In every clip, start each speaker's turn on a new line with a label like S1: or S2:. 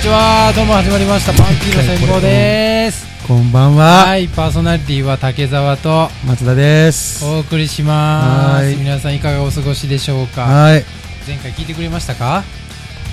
S1: ちはどうも始まりましたパンティーの先行です
S2: こんばんは、
S1: はいパーソナリティは竹澤と
S2: 松田です。
S1: お送りしま
S2: は
S1: す
S2: い
S1: 皆さんいかがお過ごしでしょうか
S2: はい、
S1: 前回聞いてくれましたか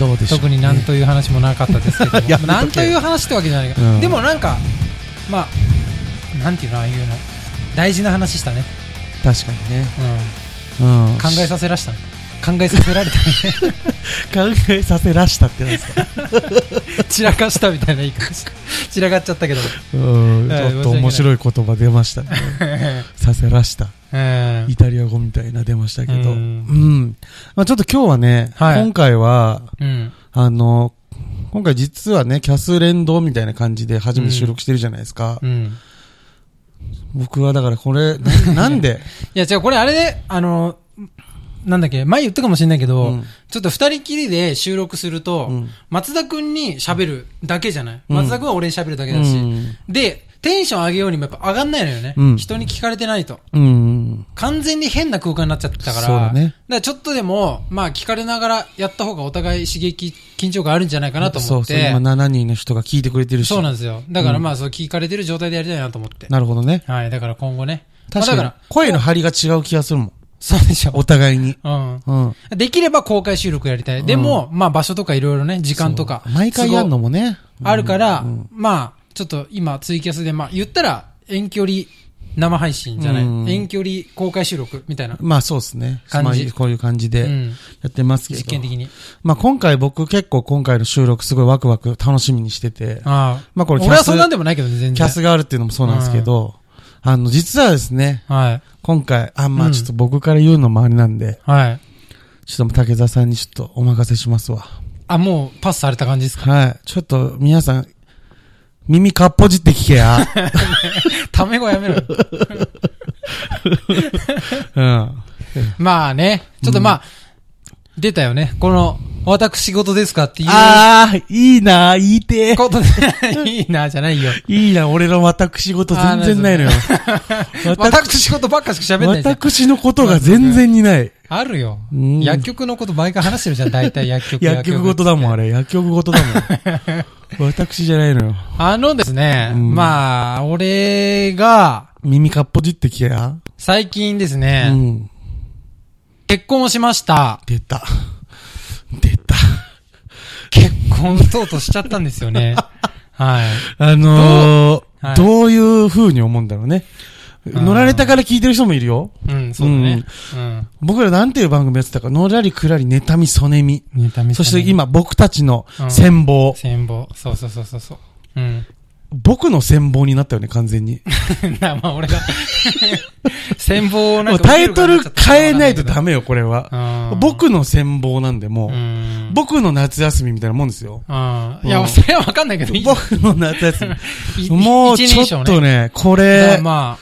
S2: どうでしょう。
S1: 特になんという話もなかったですけど
S2: や
S1: も
S2: めとけ
S1: なんという話ってわけじゃないけど、
S2: うん
S1: でもなんかまあなんていうのああいうの大事な話したね、
S2: 確かにね、
S1: うん、
S2: うん、
S1: 考えさせらしたね考えさせられた ね
S2: 考えさせらしたってなんですか。
S1: 散らかしたみたいな言い方し散らかっちゃった けど
S2: うん、ち
S1: はい
S2: ょっと面白い言葉出ましたね。させらした。
S1: うん
S2: イタリア語みたいな出ましたけど、
S1: う
S2: うんん、まあちょっと今日はね、
S1: はい
S2: 今回は
S1: うん
S2: あの。今回実はね、キャス連動みたいな感じで初めて収録してるじゃないですか。
S1: うん
S2: 僕はだからこれ、 ななんで、
S1: いや、違う、これあれで、あの、なんだっけ、前言ったかもしれないけど、
S2: うん
S1: ちょっと二人きりで収録すると、
S2: うん
S1: 松田くんに喋るだけじゃない、
S2: うん
S1: 松田くんは俺に喋るだけだし、
S2: うん
S1: で、テンション上げようにもやっぱ上がんないのよね。
S2: うん
S1: 人に聞かれてないと。
S2: うん、
S1: 完全に変な空間になっちゃったから、
S2: そうだね
S1: だからちょっとでも、まあ聞かれながらやった方がお互い刺激、緊張感あるんじゃないかなと
S2: そ
S1: 思っ
S2: う
S1: て。
S2: そう、今7人の人が聞いてくれてるし。
S1: そうなん
S2: ん
S1: ですよ。だからまあそう聞かれてる状態でやりたいなと思って。
S2: なるほどね。
S1: はい、だから今後ね。
S2: 確か
S1: まあだ
S2: に
S1: から、
S2: 声の張りが違う気がするもん。
S1: そうでしょ。
S2: お互いに。
S1: うん。
S2: うん。
S1: できれば公開収録やりたい。でも、まあ場所とかいろいろね、時間とか。
S2: 毎回やるのもね。
S1: 都合あるから、まあ、ちょっと今ツイキャスで、まあ言ったら遠距離生配信じゃない。
S2: うん
S1: 遠距離公開収録みたいな。
S2: まあそうですね。
S1: 感じ
S2: まあこういう感じ
S1: う
S2: で
S1: ん。
S2: やってますけ
S1: 実
S2: ど。
S1: 験的に。
S2: まあ今回僕結構今回の収録すごいワクワク楽しみにしてて。
S1: ああ。
S2: まあこれキ
S1: 俺
S2: ャ
S1: は
S2: ス
S1: そんなんでもないけどね、全然。
S2: キャスがあるっていうのもそうなんですけど、あの実はですね、
S1: はい。
S2: 今回、あ、ま
S1: う
S2: あ
S1: ん
S2: ちょっと僕から言うのもあれなんで、
S1: はい。
S2: ちょっと竹澤さんにちょっとお任せしますわ。
S1: あ、もうパスされた感じで すか
S2: はい。ちょっと皆さん、耳かっぽじって聞け や。
S1: ため語やめろよ。
S2: うん。
S1: まあね。ちょっとまあ、出たよね。この、私事ですかっていう
S2: ああ、いいな、言いてえ。
S1: ことで、 いいな、じゃないよ。
S2: いいな、俺の私事全然ないのよ。私、
S1: 私事ばっかしか喋んないじゃん。
S2: 私のことが全然にない。
S1: あるよ。
S2: うん
S1: 薬局のこと毎回話してるじゃん、大体薬局。
S2: 薬局事だもん、
S1: ん。
S2: あれ。薬局事だもん。私じゃないのよ。
S1: あのですね、
S2: うん
S1: まあ、俺が、
S2: 耳かっぽじってきや。
S1: 最近です
S2: う
S1: ね、
S2: ん。
S1: 結婚をしました。
S2: 出た。出た。
S1: 結婚とうとしちゃったんですよ ね。はい。
S2: あの
S1: どうはい
S2: ー、どういう風に思うんだろうね。乗られたから聞いてる人もいるよ。
S1: うん、そうだね。うん。
S2: 僕らなんていう番組やってたか、のらりくらり、妬み、そねみ。
S1: ネタ見
S2: そして、今、僕たちの戦望。
S1: 戦望。そうそうそうそうそう。うん。
S2: 僕の戦望になったよね、完全に。
S1: な、まあ俺が、 戦望をな
S2: も
S1: ん
S2: う
S1: か
S2: タイトル変えないとダ
S1: メ。
S2: メよ、これは。
S1: うん、
S2: 僕の戦望なんで、も
S1: う
S2: う、
S1: ん。
S2: 僕の夏休みみたいなもんですよ。
S1: うん。いや、
S2: うん
S1: それはわかんないけ ど、いい
S2: 僕の夏休
S1: い
S2: み。もう、
S1: 一
S2: ち
S1: 人称
S2: ょっ
S1: ね
S2: とね、こ
S1: まあ
S2: れ、
S1: ま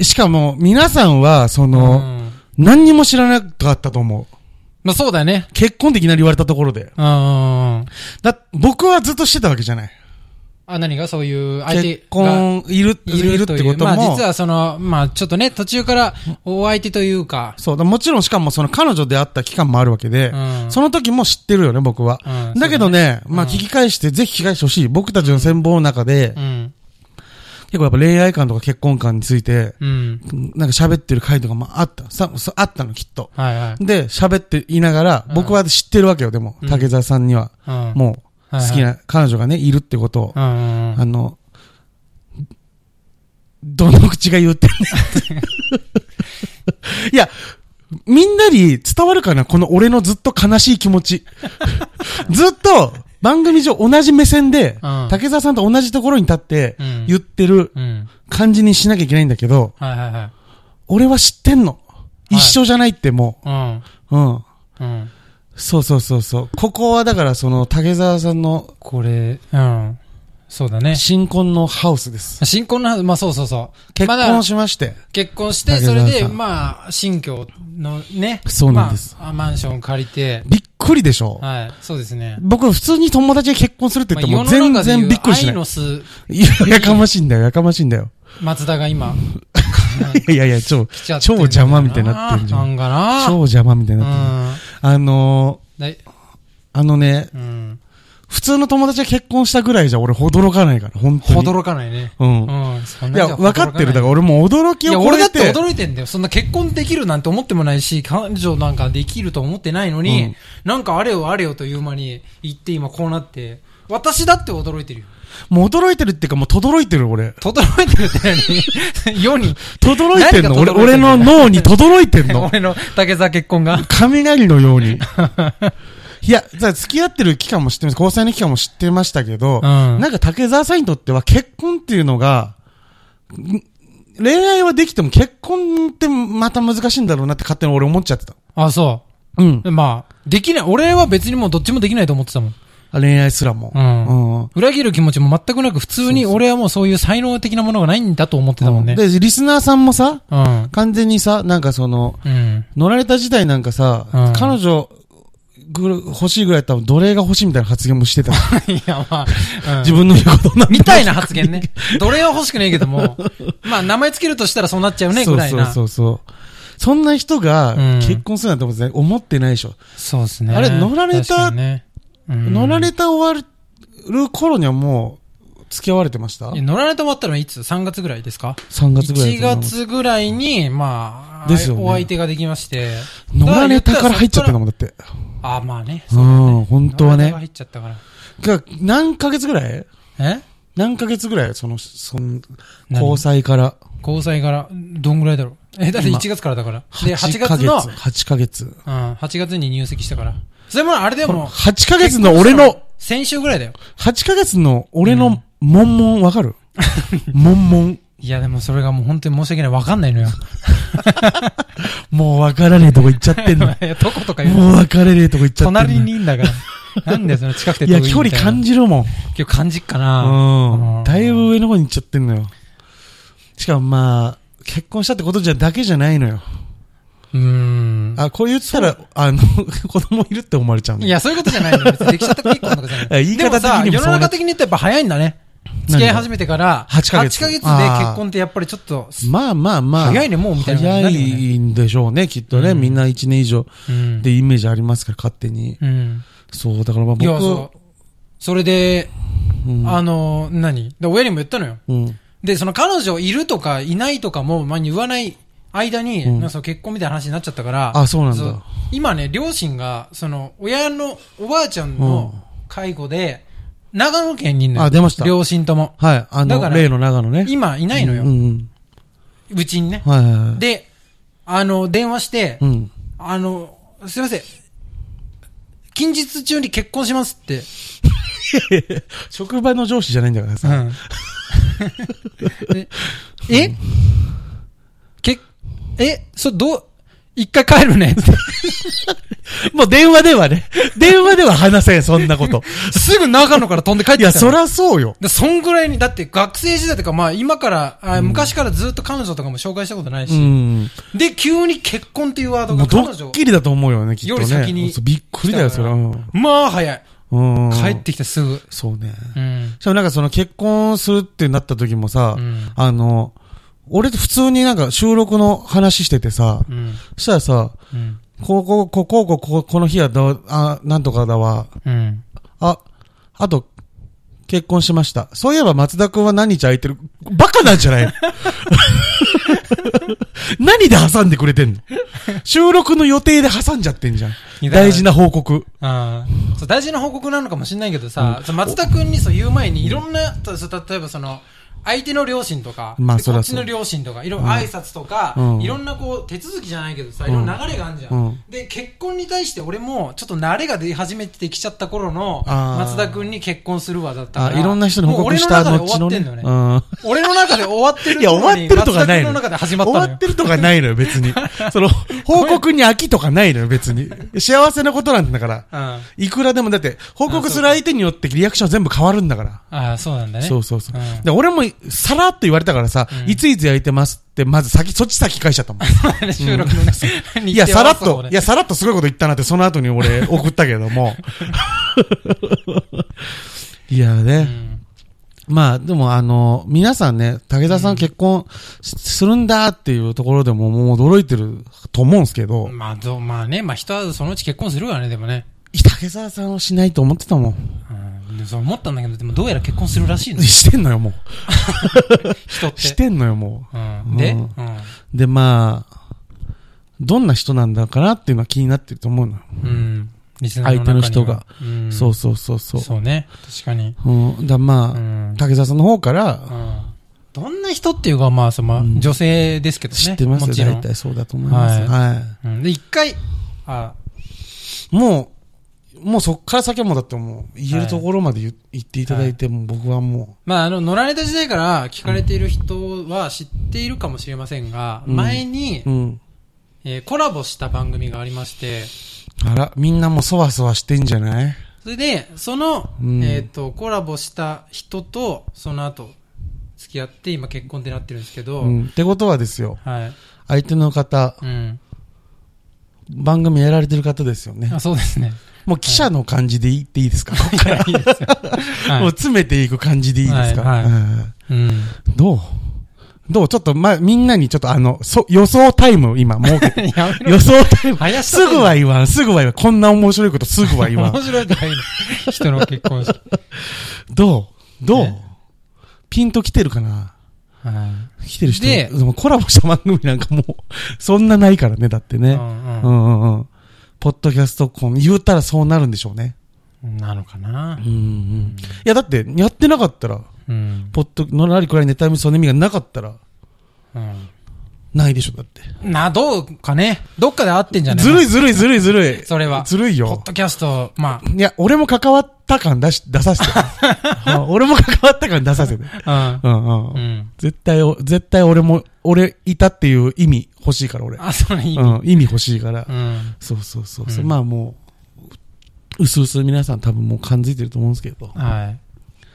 S1: あ、
S2: しかも、皆さんは、そうの、
S1: ん
S2: 何にも知らなかったと思う。
S1: まあそうだね。
S2: 結婚っていきなり言われたところで。
S1: うんうんうん。
S2: だ、僕はずっとしてたわけじゃない。
S1: あ、何がそういう相手
S2: 結
S1: が
S2: 婚、いる、
S1: い
S2: い
S1: る
S2: るっ
S1: という。
S2: てこと
S1: まあ実
S2: も。
S1: はその、まあちょっとね、途中からお相手というか、
S2: そうだ、もちろんしかもその彼女で会った期間もあるわけで、
S1: うん
S2: その時も知ってるよね、僕は。
S1: うん
S2: だけどね、まあ
S1: うん
S2: 聞き返して、ぜひ聞き返してほしい。僕たちの戦法の中で、
S1: うん。
S2: 結構やっぱ恋愛観とか結婚観について、
S1: うん。
S2: なんか喋ってる回とかもあった。さ、そあったの、きっと。
S1: はいはい。
S2: で、喋っていながら、
S1: うん
S2: 僕は知ってるわけよ、でも
S1: うん。
S2: 竹澤さんには、
S1: うん。
S2: もう、
S1: はいはい
S2: 好きな彼女がね、いるってことを
S1: う、んうんう
S2: あ
S1: ん。
S2: の、どの口が言ってんねん って。いや、みんなに伝わるかなこの俺のずっと悲しい気持ち。 ずっと番組上同じ目線で、
S1: うん
S2: 竹澤さんと同じところに立って
S1: うん
S2: 言ってる
S1: うん。
S2: 感じにしなきゃいけないんだけど、
S1: はいはいはい。
S2: 俺は知ってんの。
S1: い
S2: 一緒じゃないっても
S1: うん。
S2: う。うん。
S1: うん。
S2: そうそうそうそう。ここはだからその竹澤さんの
S1: これ、うん。そうだね。
S2: 新婚のハウスです。
S1: 新婚の、まあそうそうそう。
S2: 結
S1: まだ
S2: 婚しまして。
S1: 結婚して、
S2: 竹
S1: そ
S2: 澤
S1: れ
S2: さん
S1: で、まあ、新居のね。
S2: そうなんです
S1: まあ。あマンション借りて、
S2: びっくりでしょ
S1: はい、そうですね。
S2: 僕、普通に友達が結婚するって言っても、全
S1: まあ世の中で言
S2: 然
S1: う
S2: びっくりしな
S1: 愛
S2: い。
S1: の巣、
S2: いや、やかましいんだよ、 やかましいんだよ。
S1: 松田が今、
S2: いやいやいや、超、
S1: 来ちゃって
S2: 超邪魔みたいになってるじゃ。
S1: なんんか
S2: 超
S1: な
S2: 邪魔みたいになってる。あの
S1: うん。だい
S2: ー、あのね、
S1: うん。
S2: 普通の友達が結婚したぐらいじゃ俺驚かないから、本当に。
S1: 驚かないね。
S2: うん。
S1: うん、そん
S2: い
S1: な
S2: や、
S1: んじゃ
S2: 分かってる。
S1: 驚な
S2: だか
S1: い
S2: ら俺もう驚
S1: い
S2: き
S1: や、
S2: を超
S1: 俺だ
S2: え
S1: って
S2: て。
S1: 驚いてんだよ。そんな結婚できるなんて思ってもないし、彼女なんかできると思ってないのに、
S2: うん
S1: なんかあれよあれよという間に言って今こうなって、私だって驚いてるよ。
S2: もう驚いてるっていうかもう轟いてる俺。
S1: 驚いてるって何 世に、
S2: 轟いてんの
S1: 何が
S2: 俺、
S1: 轟いて
S2: 俺
S1: んの
S2: の脳に轟いてん の。
S1: 俺の竹沢結婚が。
S2: 雷のように。 いや、じゃあ付き合ってる期間も知ってます。交際の期間も知ってましたけど、
S1: ん
S2: なんか竹澤さんにとっては結婚っていうのが、ん恋愛はできても結婚ってまた難しいんだろうなって勝手に俺思っちゃってた。
S1: あ、そ
S2: うん。
S1: う。まあ、できない。俺は別にもうどっちもできないと思ってたもん。
S2: 恋愛すらも。
S1: うん
S2: うん
S1: 裏切る気持ちも全くなく、普通に俺はもうそういう才能的なものがないんだと思ってたもんね。
S2: で、リスナーさんもさ、
S1: うん。
S2: 完全にさ、なんかその、
S1: うん。
S2: 乗られた時代なんかさ、
S1: うん
S2: 彼女ぐる欲しいぐらいだったら奴隷が欲しいみたいな発言もしてた。
S1: いや、まあ、 うん
S2: 自分の言うことなんだ
S1: みたいな発言ね。奴隷は欲しくないけども、まあ名前つけるとしたらそうなっちゃうね、
S2: そ
S1: ぐ
S2: う
S1: らい
S2: そう
S1: な。
S2: そうそう。そんな人が
S1: うん
S2: 結婚するなんて思ってない思ってないでしょ。
S1: そうですね。
S2: あれ乗られた
S1: 確かにねうん
S2: 乗られた終わる頃にはもう付き合われてました
S1: いや乗られた終わったのはいつ ?3 月ぐらいですか
S2: ?3 月ぐらい
S1: 1
S2: だと思う。
S1: 月ぐらいに、まあ、
S2: ですよね
S1: お相手ができまして。
S2: 乗られたから入っちゃったんだ
S1: もん。
S2: もん、だって。
S1: あ、まあね。
S2: う、
S1: そうん
S2: 本当は
S1: 乗られたから入
S2: ね。
S1: っちゃったから。
S2: が何ヶ月ぐらい
S1: え
S2: 何ヶ月ぐらいその、その、
S1: 何
S2: 交際から。
S1: 交際から、どんぐらいだろうえ、だって
S2: 今
S1: 1月からだから。で、8
S2: 8ヶ
S1: 月
S2: 月。
S1: の、
S2: 8ヶ月。
S1: うん、8月に入籍したから。それもあれでも、
S2: 8ヶ月の俺の、
S1: 先週ぐらいだよ。
S2: 8ヶ月の俺の、もんもんわ かるもんもん。
S1: いや、でもそれがもう本当に申し訳ない。わかんないのよ。
S2: もうわからねえとこ行っちゃってんの。
S1: いや、 どことか言うの。
S2: もうわからねえとこ行っちゃってんの。
S1: 隣にいんだ から。なんでその近くて
S2: い
S1: 遠い
S2: や、
S1: みたい
S2: 距離感
S1: じ。
S2: じるもん。
S1: 今日感じっか
S2: う
S1: な。
S2: ん。だいぶ上の方に行っちゃってんのよ。しかもまあ、結婚したってことじゃだけじゃないのよ。
S1: うん。
S2: あ、こう言ったら、あの、 子供いるって思われちゃうの
S1: いや、そういうことじゃないのよ。別にできちゃった結婚とかじゃない。
S2: え言い方的にもそうな
S1: でさ世の中的に言ってやっぱ早いんだね。
S2: 何が
S1: 付き合い始めてから、
S2: 8ヶ月
S1: 8ヶ月で結婚ってやっぱりちょっと、
S2: まあまあまあ。
S1: 早いねもうみたいな
S2: 早
S1: 感じになる
S2: いんでしょうね、きっとね。
S1: うん
S2: みんな1年以上
S1: うん
S2: でイメージありますから、勝手に。
S1: うん。
S2: そう、だからまあ
S1: い
S2: 僕
S1: や、そう。それで、
S2: うん
S1: あの、何で親にも言ったのよ。
S2: うん。
S1: で、その彼女いるとかいないとかも、まあ、言わない間に、
S2: うん
S1: なんかその結婚みたいな話になっちゃったから。
S2: あそうなんだ
S1: 今ね、両親が、その、親の、おばあちゃんの
S2: うん
S1: 介護で、長野県にいるのよ。
S2: あ出ました
S1: 両親とも。
S2: はい。あ
S1: だか
S2: の、
S1: ら
S2: 例の長野ね。
S1: 今いないのよ。
S2: うん
S1: う
S2: うん。
S1: ちにね。
S2: はいはいはい。
S1: で、あの、電話して、
S2: うん。
S1: あの、すいません。近日中に結婚しますって。
S2: 職場の上司じゃないんだからさ。
S1: うんでえけ、え、それどう、一回帰る ねって。
S2: もう電話ではね。 電話では話せん、そんなこと。
S1: すぐ長野から飛んで帰ってき
S2: い
S1: た
S2: や、
S1: の
S2: そらそうよ。
S1: でそんぐらいに、だって学生時代とか、まあ今から、あ昔からずっと彼女とかも紹介したことないうし、
S2: ん。
S1: で、急に結婚っていうワード
S2: も
S1: が
S2: うド
S1: 彼
S2: ッ
S1: 女
S2: キリだと思うよね、きっとね。
S1: より先に
S2: そうびっくりだよ、それは。うん
S1: まあ早い。
S2: うん。
S1: 帰ってきたすぐ。
S2: そうね。
S1: うん。
S2: しかもなんかその結婚するってなった時もさ
S1: うん、
S2: あの、俺普通になんか収録の話しててさ、
S1: うん。
S2: そしたらさ、
S1: うん。
S2: こう、こう、こう、こう、こうこう、この日はどう、あ、なんとかだわ、
S1: うん。
S2: あ、あと、結婚しました。そういえば松田くんは何日空いてるバカなんじゃないの 何で挟んでくれてんの収録の予定で挟んじゃってんじゃん
S1: い。や
S2: 大事な報告。
S1: ああ。そう、大事な報告なのかもしれないけどさ、そう松田君にそう言う前に、いろんな、たそう例えばその、相手の両親とか、
S2: まあ
S1: で
S2: そ
S1: こ
S2: ら
S1: っ
S2: そ
S1: ち
S2: う
S1: の両親とか、いろ、挨拶とか、
S2: うん
S1: いろんなこう、手続きじゃないけどさ、いろんな流れがあるじゃん。
S2: うん
S1: で、結婚に対して俺も、ちょっと慣れが出始めてきちゃった頃の、
S2: あー
S1: 松田君に結婚するわだったか
S2: あ、
S1: ら。
S2: いろんな人に報告した
S1: もう
S2: 後のね。
S1: 俺の中で終わってんのよね。俺の中で終わっ
S2: うん
S1: てる
S2: いや、終わってる
S1: の
S2: とかない
S1: に松田君の
S2: のよ。
S1: 中で始まったのよ。
S2: 終わってるとかないのよ、別に。その、報告に飽きとかないのよ、別に。幸せなことなんだから。
S1: うん。
S2: いくらでも、だって、報告する相手によってリアクション全部変わるんだから。
S1: ああ、そうなんだね。
S2: そうそうそう。
S1: ん
S2: で俺も、さらっと言われたからさ、
S1: うん
S2: いついつ焼いてますって、まず先、そっち先返しちゃったもん。
S1: 収録のね。
S2: いや、
S1: 日程
S2: さ
S1: 合
S2: ら
S1: わ
S2: っ
S1: せたもん
S2: と
S1: ね、
S2: いや、さらっとすごいこと言ったなって、その後に俺、送ったけども。いや
S1: う
S2: ね、
S1: ん
S2: まあ、でもあの、皆さんね、武田さん結婚しするんだっていうところでも、もう驚いてると思うんですけど、
S1: まあ、どうまあね、まあ人はそのうち結婚するからね、でもね。
S2: 竹澤さんはしないと思ってたもん。
S1: うんでそう思ったんだけど、でもどうやら結婚するらしいの
S2: してんのよ、も
S1: 人っ
S2: う。
S1: て。
S2: してんのよ、も
S1: うん。で、
S2: う
S1: うんん。
S2: う。で、まあ、どんな人なんだかなっていうのは気になってると思うのよ。
S1: うん。リスナー
S2: 相手の人が
S1: 中には。うん。
S2: そうそうそうそう。
S1: そうね。確かに。
S2: うん。だ、
S1: う
S2: ま
S1: ん
S2: あ、。竹澤さんの方から、
S1: うんどんな人っていうか、まあ、その、
S2: うん
S1: 女性ですけどね。
S2: 知ってます
S1: も
S2: よ、
S1: ちろ
S2: 大
S1: ん。
S2: 体そうだと思います。
S1: はい
S2: は
S1: うんで、一回、あ、
S2: い。もう、もうそっから先はもうだってもう、言えるところまで言言っていただいて、もう僕はも
S1: まあ、あの、乗られた時代から聞かれている人は知っているかもしれませんが、
S2: うん
S1: 前に、
S2: う、うん。
S1: えーコラボした番組がありまして、
S2: あら、みんなもうそわそわしてんじゃない
S1: それで、その、
S2: うん
S1: えっ、と、コラボした人と、その後、付き合って、今結婚ってなってるんですけど、
S2: うん。ってことはですよ、
S1: はい。
S2: 相手の方、
S1: うん。
S2: 番組やられてる方ですよね
S1: あ。そうですね。
S2: もう記者の感じでいいっていいですか、
S1: いやいいですよ。
S2: もう
S1: はい。
S2: 詰めていく感じでいいですか、
S1: はいはい
S2: うん
S1: うん。
S2: どうどうちょっと、ま、みんなにちょっとあの、そ、予想タイムを今設けて。
S1: やめろ。
S2: 予想タイム。
S1: 林
S2: すぐは言わん、すぐは言わん。こんな面白いことすぐは言 わ
S1: 面
S2: ん。
S1: 白いとかいいの。人の結婚式。
S2: どうどう
S1: ね
S2: ピンと来てるかな来てる人。
S1: で
S2: でもコラボした番組なんかもう、そんなないからね、だって
S1: う
S2: ね。
S1: ん
S2: う
S1: うん
S2: うんうん。ポッドキャストコン、言ったらそうなるんでしょうね。
S1: ん。なのかな
S2: うんうん。いや、だって、やってなかったら、
S1: うん。
S2: ポッド、のらりくらいネタミソネミがなかったら、
S1: うん。
S2: ないでしょ、だって。
S1: な、どうかね。どっかで会ってんじゃない
S2: ずるい
S1: い
S2: ずるいずるいずるい。
S1: それは。
S2: ずるい
S1: ポ
S2: よ
S1: ッ。ドキャスト、ま
S2: いや、俺も関わった感出し、出さ せて。うん俺も関わった感出させて。
S1: あ。
S2: うんうん。
S1: うん。うん。
S2: 絶対お、絶対俺も、俺いたっていう意味欲しいから、俺。
S1: あ、それいい。うん。
S2: うん、意味欲しいから。
S1: うん。
S2: そうそうそうそう。
S1: うん
S2: まあもう、うすうす皆さん多分もう感づいてると思うんですけど。
S1: はい。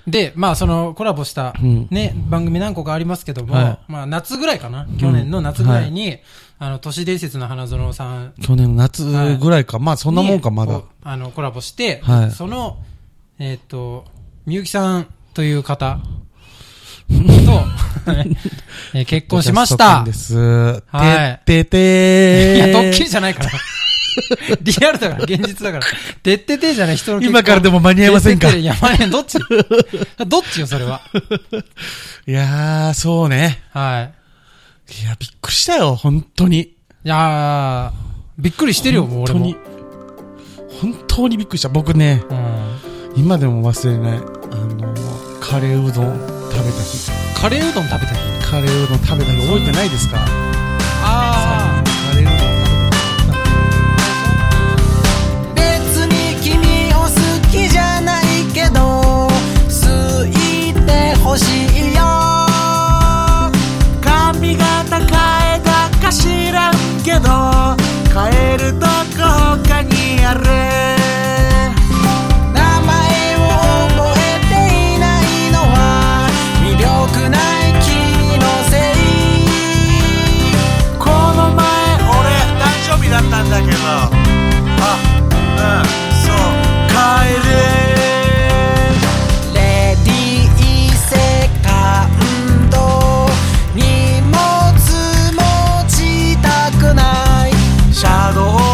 S1: で、まあ、その、コラボした、
S2: うん
S1: ね、番組何個かありますけども、
S2: は
S1: まあ、夏ぐらいかな。去年の夏ぐらいに、あの、都市伝説の花園さん
S2: 去年の夏ぐらいか。まあそんなもんか、
S1: に
S2: まだ
S1: こう。あの、コラボして、
S2: はい
S1: その、えっ、と、みゆきさんという方 と、えー結婚しました
S2: ポッドキャ。スト君
S1: はい
S2: です。てって
S1: い
S2: てー
S1: や、ドッキリじゃないから。 リアルだから、現実だから。てっててじゃない、人の
S2: 今からで
S1: も
S2: も間に合いませんか。
S1: いや、まあねどっち どっちよ、それは。
S2: いやー、そうね。
S1: はい。
S2: いや、びっくりしたよ、本当に。
S1: いやー、びっくりしてるよ、もう
S2: 本
S1: 俺
S2: 当
S1: も
S2: に。。本当にびっくりした。僕ね、
S1: うん。
S2: 今でも忘れない。あのー、カレーうどん食べた日。
S1: カレーうどん食べた日。
S2: カレーうどん食べた日覚えてないですか
S1: あー。
S2: カレーうどん食べた日。
S3: 別に君を好きじゃないけど好いてほしいよ髪型変えたかしらんけど変えるとこ他にある名前を覚えていないのは魅力ない君のせいこの前俺誕生日だったんだけどあうんそう帰るレディーセカンド荷物持ちたくないシャドウ